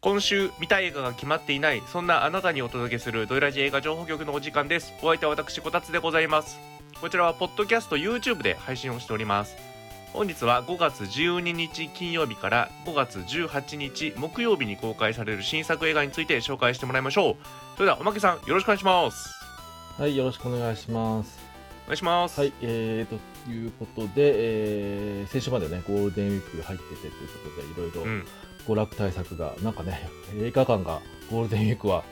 今週見たい映画が決まっていないそんなあなたにお届けするドイラジ映画情報局のお時間ですお相手は私こたつでございますこちらはポッドキャスト YouTube で配信をしております本日は5月12日金曜日から5月18日木曜日に公開される新作映画について紹介してもらいましょうそれではおまけさんよろしくお願いしますはい、よろしくお願いします。お願いしますはい、えー、ということで、えー、先週までね、ゴールデンウィーク入っててということで、いろういろん娯楽対策が、なんかね、映画館がゴールデンウィークは、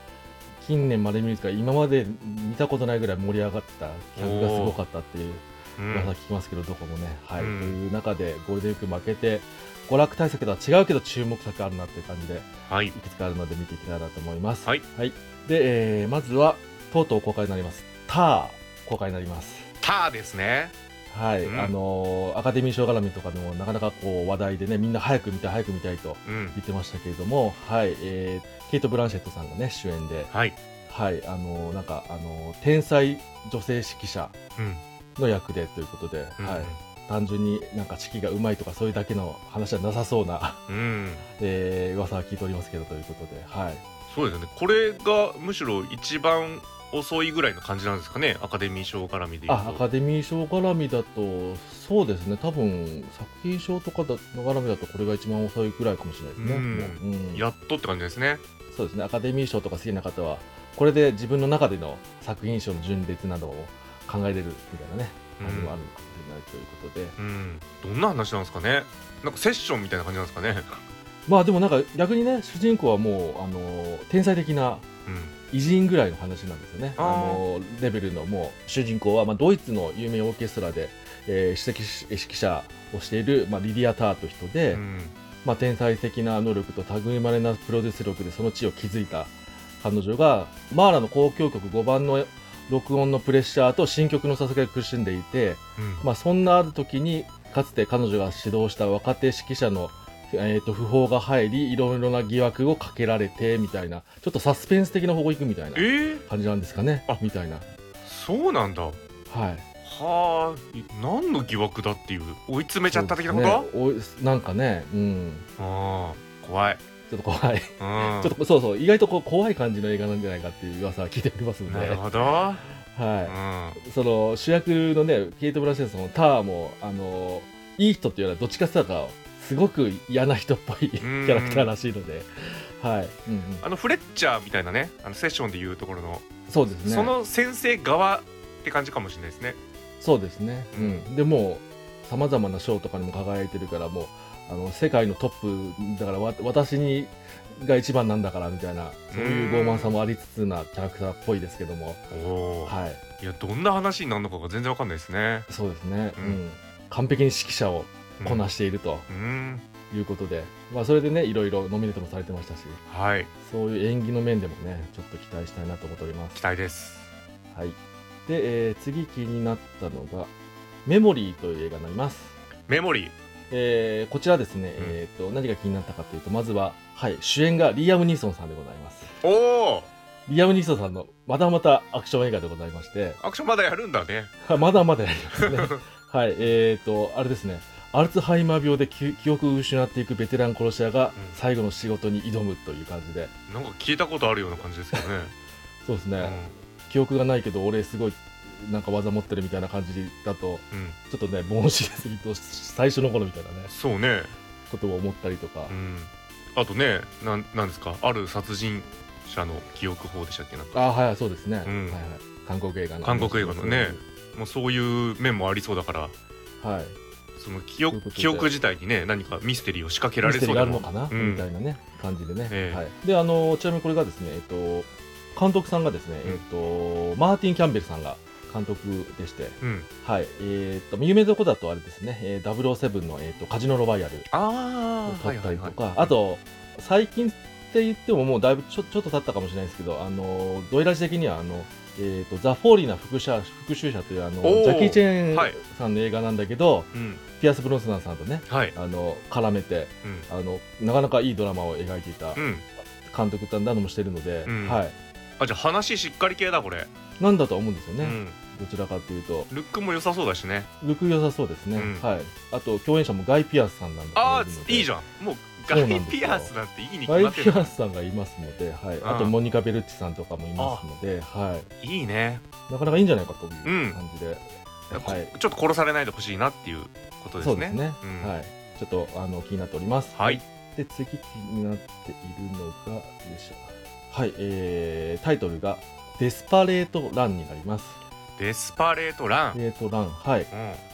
近年まで見るか、今まで見たことないぐらい盛り上がってた、客がすごかったっていううん噂聞きますけど、どこもね。はい、うんという中で、ゴールデンウィーク負けて、娯楽対策とは違うけど、注目作あるなっていう感じで、はいいくつかあるので見ていきたいなと思います。はい。で、えーまずは、とうとう公開になります。ター、公開になります。ターですねはい、うんあのーアカデミー賞絡みとかでもなかなかこう話題でね、みんな早く見たい、早く見たいとうん言ってましたけれども、はい、えーケイト・ブランシェットさんがね、主演で、はいはい、あのーなんか、あのー天才女性指揮者うんの役でということで、うんはい、単純になんか指揮がうまいとかそういうだけの話はなさそうな、 うんえー噂は聞いておりますけどということで、はい。そうですねこれがむしろ一番遅いぐらいの感じなんですかねアカデミー賞絡みで言うあとアカデミー賞絡みだと、そうですね、多分作品賞とかだの絡みだと、これが一番遅いくらいかもしれないですね。うんもううんやっとって感じですねそうですね、アカデミー賞とか好きな方は、これで自分の中での作品賞の順列などを考えれるみたいなね、う感じもあんるのかもしれないということで、うんどんな話なんですかねなんかセッションみたいな感じなんですかねまあでもなんか逆にね、主人公はもう、あの天才的なうん偉人ぐらいの話なんですよね、ああーのレベルのもう主人公は、まあ、ドイツの有名オーケストラで、えー首席指揮者をしている、まあ、リディア・ターという人で、うんまあ、天才的な能力と類まれなプロデュース力でその地位を築いた彼女がマーラの交響曲5番の録音のプレッシャーと新曲の捧げに苦しんでいて、うんまあ、そんなある時にかつて彼女が指導した若手指揮者の、えー、と訃報が入りいろいろな疑惑をかけられてみたいなちょっとサスペンス的な方向行くみたいなえー、感じなんですかねあみたいな。そうなんだはいはあい何の疑惑だっていう追い詰めちゃった的なこと、そうですねおいなんかね、うん、ああ怖い、ちょっと怖い。うん、ちょっとそうそう、意外とこう怖い感じの映画なんじゃないかっていう噂は聞いておりますんで、なるはほど、い、その主役のね、ケイト・ブランシェットのターも、あのいい人っていうよりは、どっちかっていうと、すごく嫌な人っぽいキんャラクターらしいので、はい、うんうん、あのフレッチャーみたいなねあのセッションでいうところの、そうですね、その先生側って感じかもしれないですねそうですね、うん、でもう、さまざまな賞とかにも輝いてるから、もう、あの世界のトップだからわ私にが一番なんだからみたいなそういう傲慢さもありつつなキャラクターっぽいですけども、おお、はい、い、やどんな話になるのかが全然わかんないですねそうですね、ううんん完璧に指揮者をこなししているとうん、いうことで、まあ、それでねいろいろノミネートもされてましたしはいそういう演技の面でもねちょっと期待したいなと思っておりま期す、待ですはいでえー次気になったのが「メモリー」という映画になります、メモリーえーこちらですね、んえー、と何が気になったかというとまずは、はい、主演がリアム・ニーソンさんでございますおおリアム・ニーソンさんのまだまたアクション映画でございましてアクションまだやるんだねあまだまだやりま すね。はい、えーと、あれですね。アルツハイマー病で記記憶を失っていくベテラン殺し屋がうん最後の仕事に挑むという感じで、なんか聞いたことあるような感じですけどね、そうですうん ね、記憶がないけど、俺、すごいなんか技持ってるみたいな感じだと、うん、ちょっとね、物知りすぎと、最初の頃みたいなね、そうねことを思ったりとか、うんあとねなんなんですかある殺人者の記憶法でしたっけなんかあはい、そうですね、うんはいはい、韓国映画の。韓国映画のねもうそういう面もありそうだからはい、その記そういう憶ことで記憶自体にね何かミステリーを仕掛けらミれステそリうーがであるものかな、うんみたいなね感じでね、ええはい、であのちなみにこれがですね、えっと、監督さんがですね、うんえっと、マーティン・キャンベルさんが監督でして、うん、はいえっと有名なとこだとあれですね、えー、007の、えっと、カジノ・ロワイヤルあをあ、は撮いっはたいりはといか、あと最近って言ってももうだいぶちょちょっと経ったかもしれないですけどあのドイラジ的にはあの、えっとザ・フォーリーな復讐者復讐者というあのジおーャッキー・チェはいーンさんの映画なんだけど、うんピアス・ブロンスナンさんとねはいあの絡めてうんあのなかなかいいドラマを描いていたうん監督だなどもしてるので、うんはい、あじゃあ話しっかり系だこれ、なんだとは思うんですようね、ん、どちらかというと、ルックも良さそうだしねルック良さそうですね、うんはい、あと共演者もガイ・ピアスさんなんだあと思うのあでいいじゃんもうそうガなんでイ・すピよアースなんていいに決ガまイ・ってピるアスさんがいますので、はい、んあとモニカ・ベルッチさんとかもいますので、はい、いいねなかなかいいんじゃないかといううん感じで、はい、ちょっと殺されないでほしいなっていうことですそねうですね、うんはい、ちょっとあの気になっております。はい、で次気になっているのがよいしょはい、えー、タイトルが「デスパレート・ラン」になります。デスパレート・ラン、デスパレート・ランはいうん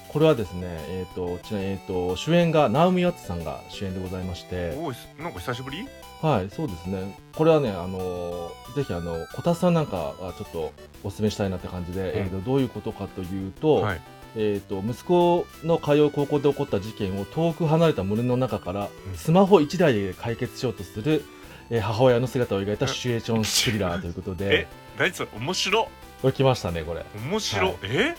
これはですね、えーとちなえー、と主演がナオミ・ワッツさんが主演でございまして、おいなんか久しぶりはい、そうですね、これはね、あのーぜひあのこたつさんなんかはちょっとお勧めしたいなって感じで、うんえーとどういうことかというと,、はいえー、と、息子の通う高校で起こった事件を遠く離れた森の中からスマホ1台で解決しようとする、えー母親の姿を描いたシチュエーションスリラーということ えで、何それ面白これ来ましたね、これ。面白、はいえ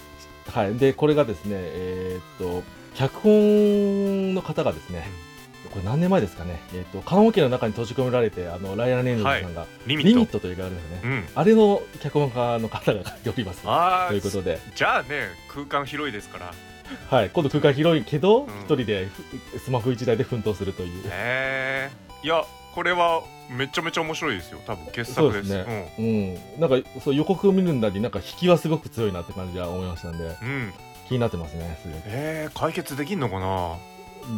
はい、でこれがですね、えーっと脚本の方がですね、これ何年前ですかね、えーっと棺桶の中に閉じ込められて、あのライアン・レイノルズさんが、リミッリトミットという映画があるんですよね、うんあれの脚本家の方が書いております。ああということで、じゃあね空間広いですからはい、今度空間広いけど、ん一人でふスマホ一台で奮闘するという。へえいやこれはめちゃめちゃ面白いですよ多分傑作ですそうですうん、なんかそう予告を見るなりなんか引きはすごく強いなって感じは思いましたんでうん、うん、気になってますねすごいえー、解決できんのかな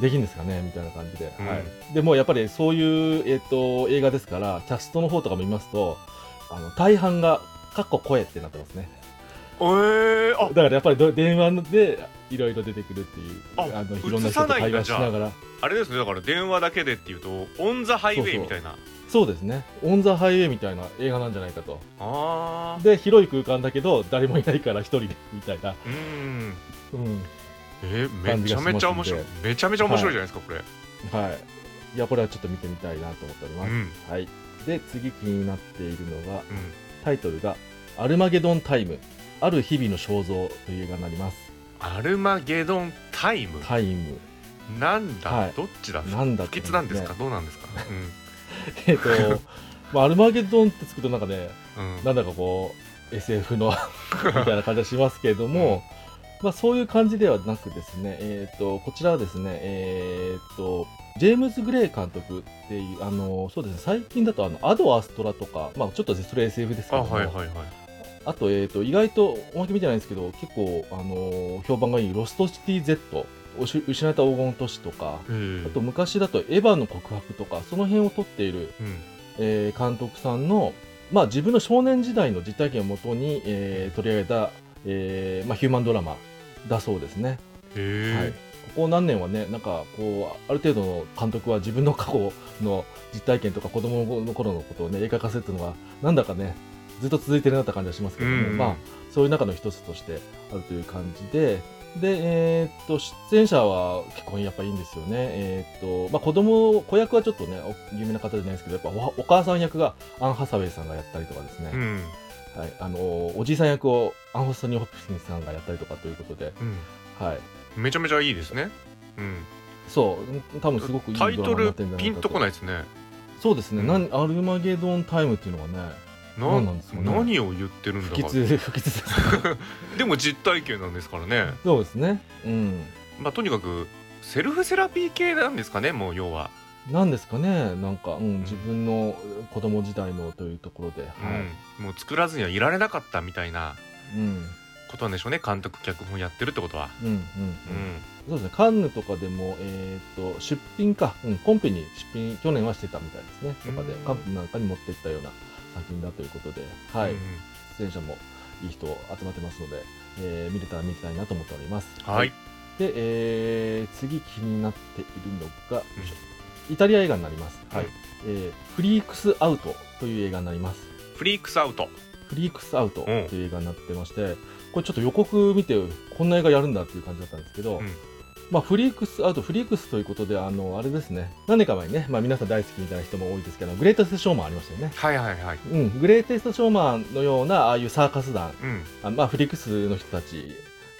できんですかねみたいな感じで、うんはい、でもやっぱりそういう、えっと映画ですからキャストの方とかも見ますとあの大半が「かっこ声」ってなってますねえー、あだからやっぱりど電話でいろいろ出てくるっていうあのいろんな人と会話しながらあれですねだから電話だけでっていうとオン・ザ・ハイウそうェイそうみたいなそうですねオン・ザ・ハイウェイみたいな映画なんじゃないかとああで広い空間だけど誰もいないから一人でみたいな、うんうんえー、めちゃめちゃ面白い感じがしまめちゃめちゃ面白いじゃないですか、こはい、いやこれはちょっと見てみたいなと思っておりまれす、うんはい、で次気になっているのうがんタイトルが「アルマゲドンタイムある日々の肖像」という映画になりますアルマゲドンタイムタイムなんだ、はいどっちだなんだ不吉なんですか、どうなんですか、 えっと、まあ、アルマゲドンってつくとなんかねうんうん、なんだかこう SF の みたいな感じがしますけれども、まあ、そういう感じではなくですね、えっとこちらはですね、えっとジェームズ・グレイ監督っていうあのそうですね最近だとあのアド・アストラとか、まあ、ちょっとそれ SF ですけあどもはいはいはいあと,、えー、と意外とおまけ見てないんですけど結構、あのー評判がいい「ロストシティ Z」おし失われた黄金都市とかうんあと昔だと「エヴァの告白」とかその辺を撮っている、うんえー監督さんの、まあ、自分の少年時代の実体験をもとに、えー取り上げた、えーまあ、ヒューマンドラマだそうですね。へえ、はいここ何年はね、なんかこう、ある程度の監督は自分の過去の実体験とか子供の頃のことをね、映画化するっていうのが、なんだかね、ずっと続いてるなって感じがしますけどね、うんまあ、そういう中の一つとしてあるという感じで、で、えーっと、出演者は結構やっぱいいんですよね。えーっと、まあ子供、子役はちょっとね、お有名な方じゃないですけど、やっぱおお母さん役がアン・ハサウェイさんがやったりとかですね、うんはい、あの、おじいさん役をアン・ホストニー・ホップキンスさんがやったりとかということで、うはい。ん、めちゃめちゃいいですね、うん、そう、多分すごくいいドタラマイにトなルってるんじゃないかと。ピンとこないですねそうですね、うんなん、アルマゲドンタイムっていうのがね、な何なんですかね何を言ってるん不だか吉、不吉です。でも実体験なんですからね、そうですね。うん。まあ、とにかくセルフセラピー系なんですかねもう要は、なんですかね、なんか、うん、自分の子供時代のというところで、はい。うん、もう作らずにはいられなかったみたいなうん、ことなんでしょうね監督脚本やってるってことは、うん、うん、ううん。ん、そうですね、カンヌとかでも、えーっと、出品か、うん、コンペに出品、去年はしてたみたいですね。とかでう、んカンペなんかに持っていったような作品だということで、はい。うん出演者もいい人集まってますので、えー見れたら見たいなと思っております。はい、で、えー次気になっているのが、イタリア映画になります、はいうんえーフリークスアウトという映画になりますフリークスアウトフリークスアウトという映画になってまして、これちょっと予告見てこんな映画やるんだっていう感じだったんですけど、うんまあ、フリークスアウトフリークスということであのあれですね何年か前にね、まあ、皆さん大好きみたいな人も多いですけどグレーテストショーマンありましたよねはいはいはいうん、グレーテストショーマンのようなああいうサーカス団うんあまあ、フリックスの人たち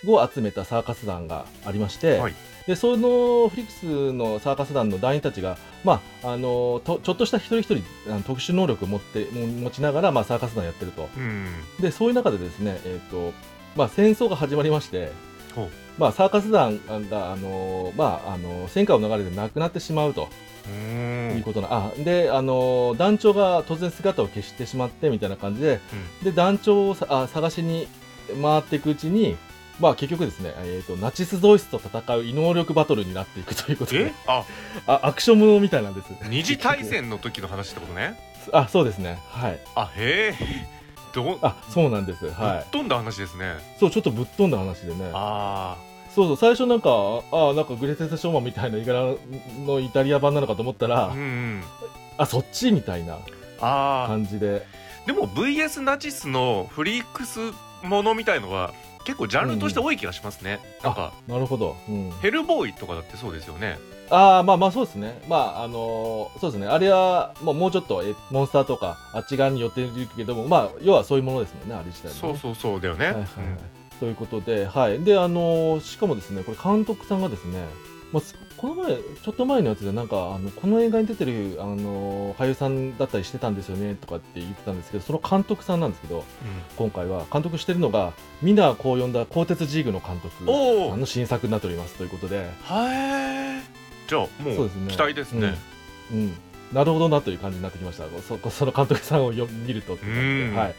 を集めたサーカス団がありまして、はいでそのフリックスのサーカス団の団員たちが、まあ、あのとちょっとした一人一人あの特殊能力を持っても持ちながら、まあ、サーカス団やってるとうんでそういう中でですね、えーとまあ、戦争が始まりましてほう、まあ、サーカス団が、あのまあ、あの戦火を流れてなくなってしまうとうとんいうことなあであの団長が突然姿を消してしまってみたいな感じで、で団長をさあ探しに回っていくうちにまあ結局ですね、えー、とナチス・ドイツと戦う異能力バトルになっていくということえでああアクションものみたいなんです二次大戦の時の話ってことねあそうですねはいあへえどあそうなんですはぶっ飛んだ話ですねいそうちょっとぶっ飛んだ話でねあそうそう最初なんかあなんかグレテス・ショーマンみたいな絵柄のイタリア版なのかと思ったら、あうんうんあそっちみたいなああ感じででも VS ナチスのフリークスものみたいのは結構ジャンルとして多い気がしますね、なんかなるほど、うん、ヘルボーイとかだってそうですよねああまあまあそうですねまああのーそうですねあれは、まあ、もうちょっとえモンスターとかあっち側に寄ってるけどもまあ要はそういうものですもんねあれ自体もねそうそうそうだよね、はいはいはいということではいであのーしかもですねこれ監督さんがですね、まあ、すこの前ちょっと前のやつでなんかあのこの映画に出てる、あのー俳優さんだったりしてたんですよねとかって言ってたんですけどその監督さんなんですけど今回は監督してるのがミナーこう呼んだ鋼鉄ジーグの監督うんおあおの新作になっておりますということで。へえじゃあもそううですね期待ですねうん、うんなるほどなという感じになってきました、そその監督さんをよ見るとっていう感じうんで、はい、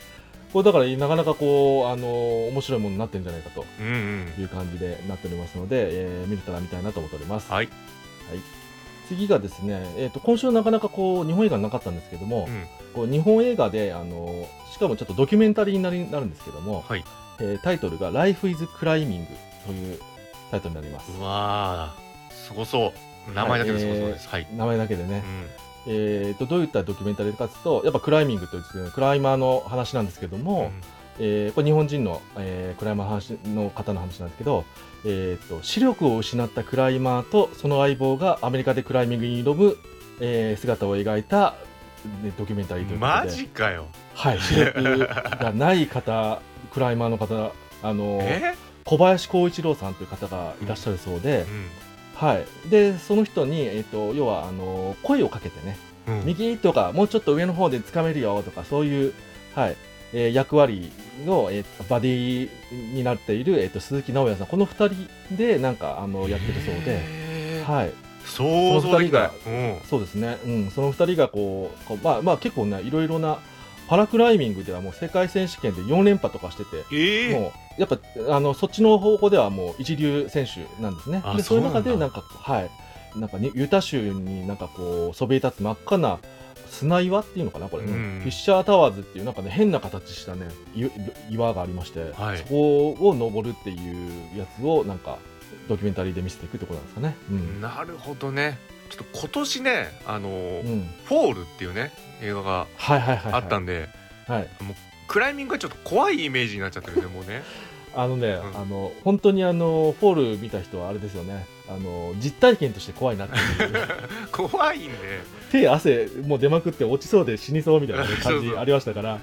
これだからなかなかこう、あの面白いものになってるんじゃないかとうんうんいう感じでなっておりますので、えー見れたら見たいなと思っております。はい次がですね、えー、と今週なかなかこう日本映画なかったんですけども、うんこう日本映画で、あのしかもちょっとドキュメンタリーになりなるんですけども、はいえータイトルが「Life is Climbing」というタイトルになります。うわーすごそう名前だけですごそうですはい、名前だけでね、えー、とどういったドキュメンタリーかというとやっぱクライミングというですねクライマーの話なんですけどうんも、えーこれ日本人の、えークライマーの話の方の話なんですけど、えー、と視力を失ったクライマーとその相棒がアメリカでクライミングに挑む、えー姿を描いた、ねドキュメンタリーとうんいうことマでジかよはい、視力がない方クライマーの方あのえ小林光一郎さんという方がいらっしゃるそうで、はい、でその人に、えー、と要はあの声をかけてねうんうん右とかもうちょっと上の方で掴めるよとかそういう、はいえー役割の、えーバディになっている、えー、と鈴木直哉さんこの2人でなんかあのやってるそうで、へーはい、想像できないそのうんそうですね、うん、その2人がこうこう、まあまあ、結構ねいろいろなパラクライミングではもう世界選手権で4連覇とかしてて。ええもうやっぱあのそっちの方向ではもう一流選手なんですね。あでそういう中そでうななんんかはいなんかにユタ州になんかこうそびえ立つ真っ赤な砂岩っていうのかなこれ、ねうんフィッシャータワーズっていうなんかね変な形したねい岩がありまして、はいそこを登るっていうやつをなんかドキュメンタリーで見せていくってことなんですかね。うん。なるほどねちょっと今年ねあのーうん、フォールっていうね映画がはいはいはい、はい、あったんではい、クライミングがちょっと怖いイメージになっちゃってるねもう ねあのね、うんあの本当にあのフォール見た人はあれですよねあの実体験として怖いなっていう怖いんで、手汗もう出まくって落ちそうで死にそうみたいな そう感そうじありましたからう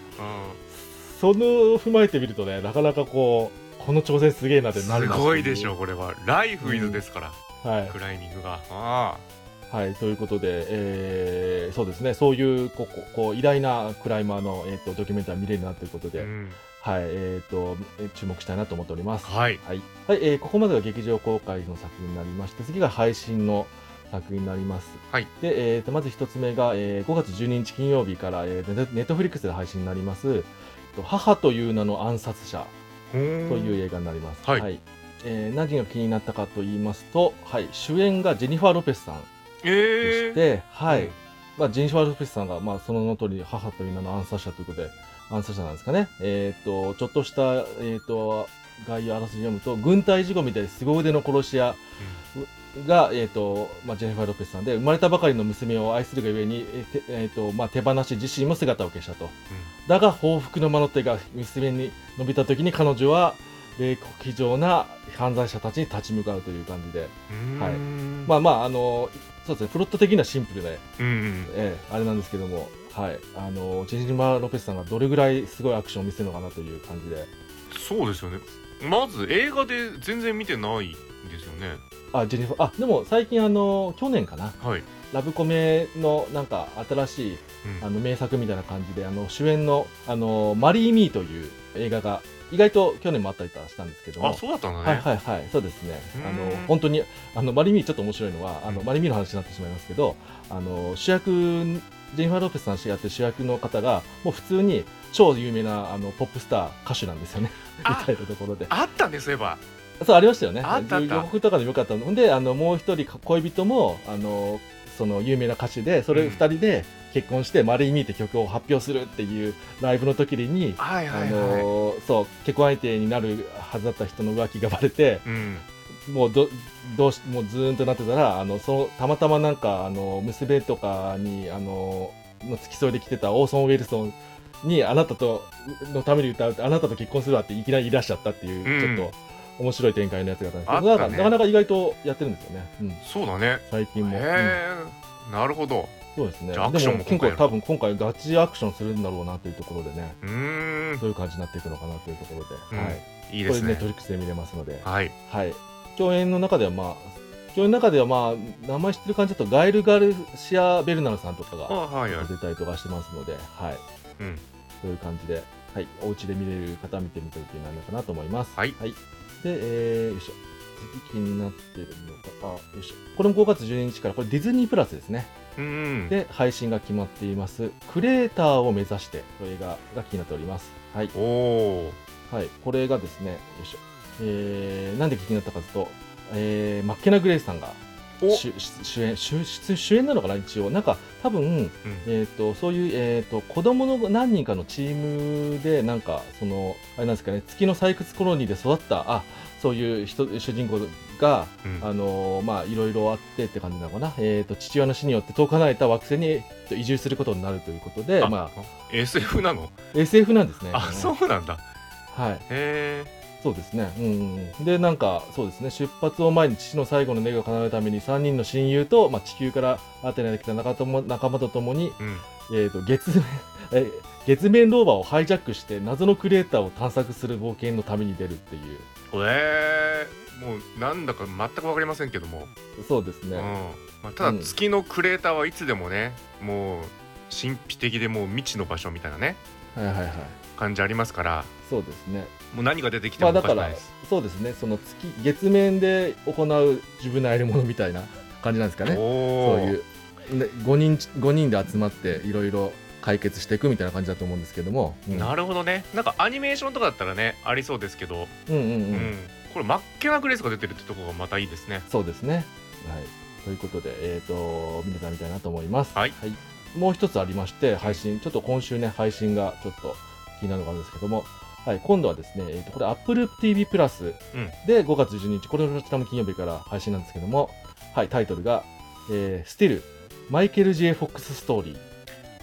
その踏まえてみるとねなかなかこうこの挑戦すげえなん、ってなるすんごいでしょううこれはライフイズですから、はいク、ライミングがあはい、ということで、えーそうですねそういうこここう偉大なクライマーの、えー、とドキュメンタリー見れるなということあ、で、うん、はいえー、とえー注目したいなと思っておりますはいはい、はいえーここまでが劇場公開の作品になりまして次が配信の作品になります、はいでえーとまず一つ目が、えー5月12日金曜日から、えーネットフリックスで配信になりますえっと「母という名の暗殺者」とというう映画になります、はいえー何が気になったかと言いますと、はい、主演がジェニファー・ロペスさんでえしえて、はいうんまあ、ジェニファー・ロペスさんが、まあ、その名の通り母という名の暗殺者ということで暗殺者なんですかね、えー、とちょっとした、えー、と概要をあらすじを読むと軍隊事故みたいで凄腕の殺し屋が、えーとまあ、ジェニファー・ロペスさんで生まれたばかりの娘を愛するがゆえに、えーてえーとまあ、手放し自身も姿を消したとだが報復の魔の手が娘に伸びた時に彼女は冷酷非情な犯罪者たちに立ち向かうという感じで、うんはいうんまあまああのそうですねプロット的にはシンプルでうんええ、あれなんですけども、はい、あのジェニマ・ロペスさんがどれぐらいすごいアクションを見せるのかなという感じで、そうですよねまず映画で全然見てないんですよねあジェニファーあでも最近あの、去年かな、はい、ラブコメのなんか新しいうんあの名作みたいな感じで、あの主演のあのマリー・ミーという映画が意外と去年もあったりとかしたんですけどもあそうだったんだね、はいはいはい、そうですねう。んあの本当にあのマリミちょっと面白いのはあの、うんマリミの話になってしまいますけど、あの主役ジェニファー・ロペスさんがやってる主役の方がもう普通に超有名なあのポップスター歌手なんですよね。みあたいなところで、あったんですそういえばそうありましたよね。あったあった予告とかでもよかったので、あのもう一人恋人もあのその有名な歌手で、それうん二人で結婚して、マリミって曲を発表するっていうライブの時に。はいあはいはい、のそう結婚相手になるはずだった人の浮気がバレて、うんもうどどうしもうずーんとなってたらあのそのたまたまなんかあの娘とかにあのの付き添いで来てたオーソン・ウェルソンにあなたとのために歌うってあなたと結婚するわっていきなりいらっしゃったっていう、うんちょっと面白い展開のやつがあったんですけあっど、たねなんかなかなか意外とやってるんですよね、うん、そうだね最近も、うんへえなるほどそうですねじゃあアクションもでも今今回回やる多分今回ガチアクションするんだろうなというところでねうーんどういう感じになっていくのかなというところで、うんはいいいこでれすネッねトリックスで見れますので、はいはい、共演の中では、まあ、共演の中では、まあ、名前知ってる感じだとガイル・ガルシア・ベルナルさんとかあがはいはい出たりとかしてますので、はい、うんそういう感じで、はい、お家で見れる方は見てみていただけないのかなと思います。はいで、えー、よいしょ。次気になってるのが、あ、よいしょ。これも5月12日から、これディズニープラスですね。うんで、配信が決まっています。クレーターを目指してという映画が気になっております。はい。おおはい、これがですね、よいしょえーなんで気になったかというと、えーマッケナ・グレイさんがーお主主主演主主主演なのかな、一応、なんか多分、うんえー、とそういう、えー、と子供の何人かのチームで、なんか、そのあれなんですかね、月の採掘コロニーで育った、あそういう人主人公が、うんあのーまあ、いろいろあってって感じなのかな、えー、と父親の死によって遠く離れた惑星にえっと移住することになるということで、あま SF なのあ、SF なんですね。あうそうなんだはいへそうですね、うんうんうん、でなんかそうですね出発を前に父の最後の願いを叶えるために3人の親友と、まあ、地球からアテナで来た仲とも仲間と共に、えうんえー、と月面 え月面ローバーをハイジャックして謎のクレーターを探索する冒険の旅に出るっていうえー、もうなんだか全く分かりませんけども、そうですうんね、まあ、たうだん月のクレーターはいつでもねもう神秘的でもう未知の場所みたいなねはいはいはい感じありますからそうですねもう何が出てきてまもおあだかしかくないらです、そうですねその月月面で行う自分のやり物みたいな感じなんですかねおそおういうで5人5人で集まっていろいろ解決していくみたいな感じだと思うんですけども、うんなるほどねなんかアニメーションとかだったらねありそうですけど、うんうんう、うんんこれマッケナ・グレースが出てるってとこがまたいいですねそうですね。はい、ということで、えー、と見てたみたいなと思います。はいもう一つありまして、配信、ちょっと今週ね、配信がちょっと気になるのがあるんですけども、はい、今度はですね、えー、とこれ、Apple TV プラスうんで5月12日、これ、こちらも金曜日から配信なんですけども、はい、タイトルが、えー、スティル、マイケル・ J ・フォックス・ストーリー。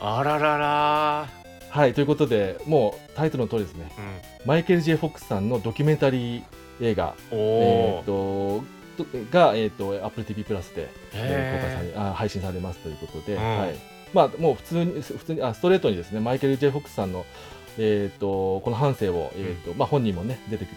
あらららはい、ということで、もうタイトルの通りですね、マイケル・ J ・フォックスさんのドキュメンタリー映画、うん、おえおー、、とが、えー、と Apple TV プラスでえへー公開されあ配信されますということで、うんはいまあ、もう普通に普通にあストレートにですねマイケル・ J ・フォックスさんの、えー、とこの半生を、えーとまあ、本人もね出てき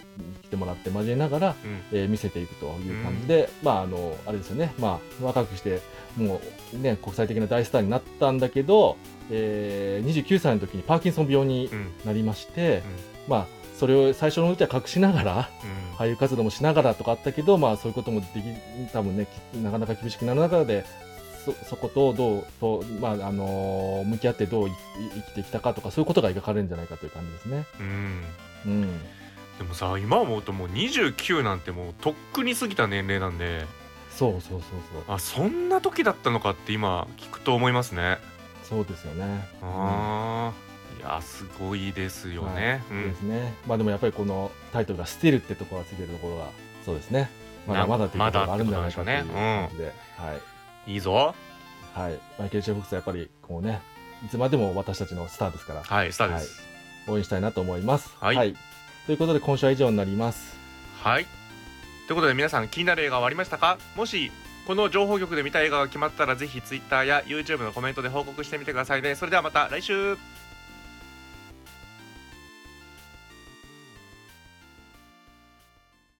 きてもらって交えながら、えうんえー見せていくという感じで、まあ、あのあれですよね、まあ、若くしてもう、ね、国際的な大スターになったんだけど、えー29歳の時にパーキンソン病にうんなりまして、うんまあ、それを最初のうちは隠しながら。 うん俳優活動もしながらとかあったけど、まあ、そういうこともでき多分ねきなかなか厳しくなる中でそそことどうと、まああのー向き合ってどうい生きてきたかとかそういうことが描かれるんじゃないかという感じですね。うんうん、でもさ今思うともう29なんてもうとっくに過ぎた年齢なんでそうそうそうそうあそんな時だったのかって今聞くと思いますねそうですよね。あー、いやすごいですよね、うんそうですね。まあでもやっぱりこのタイトルがスティルってところがついてるところがそうですね。まだなまだというところがあるんじゃないかといまだう感ってじで、はい。うんいいぞはい、マイケル・ジェフォックスはやっぱりこうねいつまでも私たちのスターですからはいスターです応援したいなと思います。はいということで今週は以上になります。はい、ということで皆さん気になる映画はありましたかもしこの情報局で見た映画が決まったらぜひ Twitter や YouTube のコメントで報告してみてくださいねそれではまた来週